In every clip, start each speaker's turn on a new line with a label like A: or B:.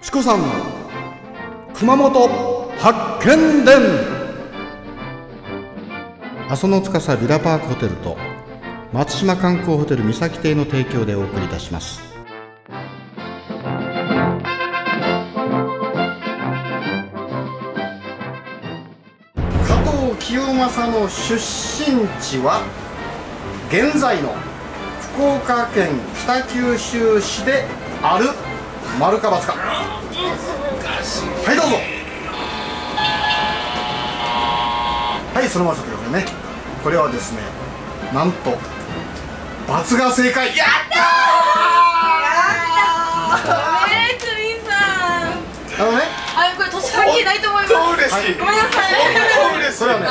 A: チコさん熊本発見伝阿蘇の司ビラパークホテルと松島観光ホテル三崎邸の提供でお送りいたします加藤清正の出身地は現在の福岡県北九州市である丸か×かはいどうぞはいそのままちょっとくださいねこれはですねなんと×が正解や
B: えー、クリーンさん。
A: あのね
B: あ、これ年関係ないと思います。
C: 超嬉しい
B: ごめんなさい。
C: 嬉し
A: そ
C: い
A: れは ね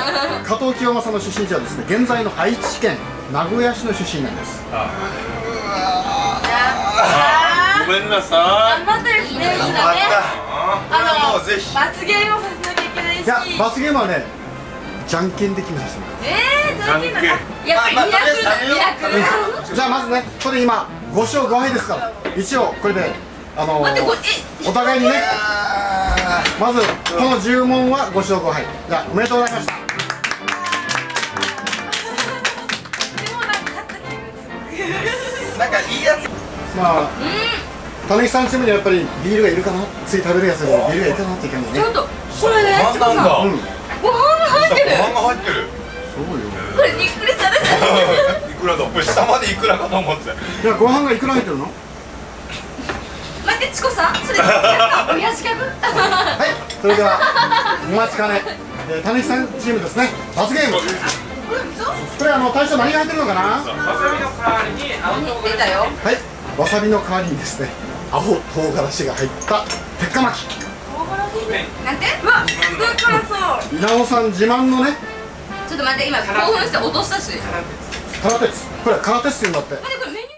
A: 加藤清正の出身地はですね現在の愛知県名古屋市の出身なんです
C: ごめんなさ
B: 頑張ったですね、みん
C: い
B: なね。あ
C: も
B: の、
C: うぜひ
B: 罰ゲームをさせなきゃいけないし。
A: いや罰ゲームはねじゃんけんで決めさせてもらう
B: えー、じゃんけんだ。
C: じゃん
B: いや、
C: まあ
B: ミラクル
C: まあ
B: だ、ミラクルだ。
A: じゃあまずねこれ今5勝5敗ですから一応これであの
B: 待って、これ、え、
A: お互いにね
C: あ
A: まずこの10問はご勝5敗じゃあおめでとうございました
B: でもなんか勝った気分すご
C: ーなんかいいやつ
A: まあ種木さんチームにはやっぱりビールがいるかなつい食べるやつがビールがいるかなっていう感じね
B: く。ちょっと、これね、チコさん。
C: だ
A: うん
B: ご飯が入ってる。
C: ご飯が入ってる
A: そうよ
B: これ、びっくりされ た。
C: いくらだこれ下までいくらかと思ってた
A: いやご飯がいくら入ってるのは
B: 待って、チコさん、それ、なんか親父ギャグ。
A: いそれではお待ちかねえー種木さんチームですね罰ゲーム
B: これ、嘘。
A: これあの大将何が入ってるのかなは
C: わさびの代わりに青
B: 言ってたよ。
A: いわさびの代わりにですね青唐辛子が入った鉄火巻き
B: なんて。うわ、だからそう。
A: 稲尾さん自慢のね
B: ちょっと待って、今興奮して落としたし。待っ
A: 空鉄これ空鉄って言うんだって
B: て、これ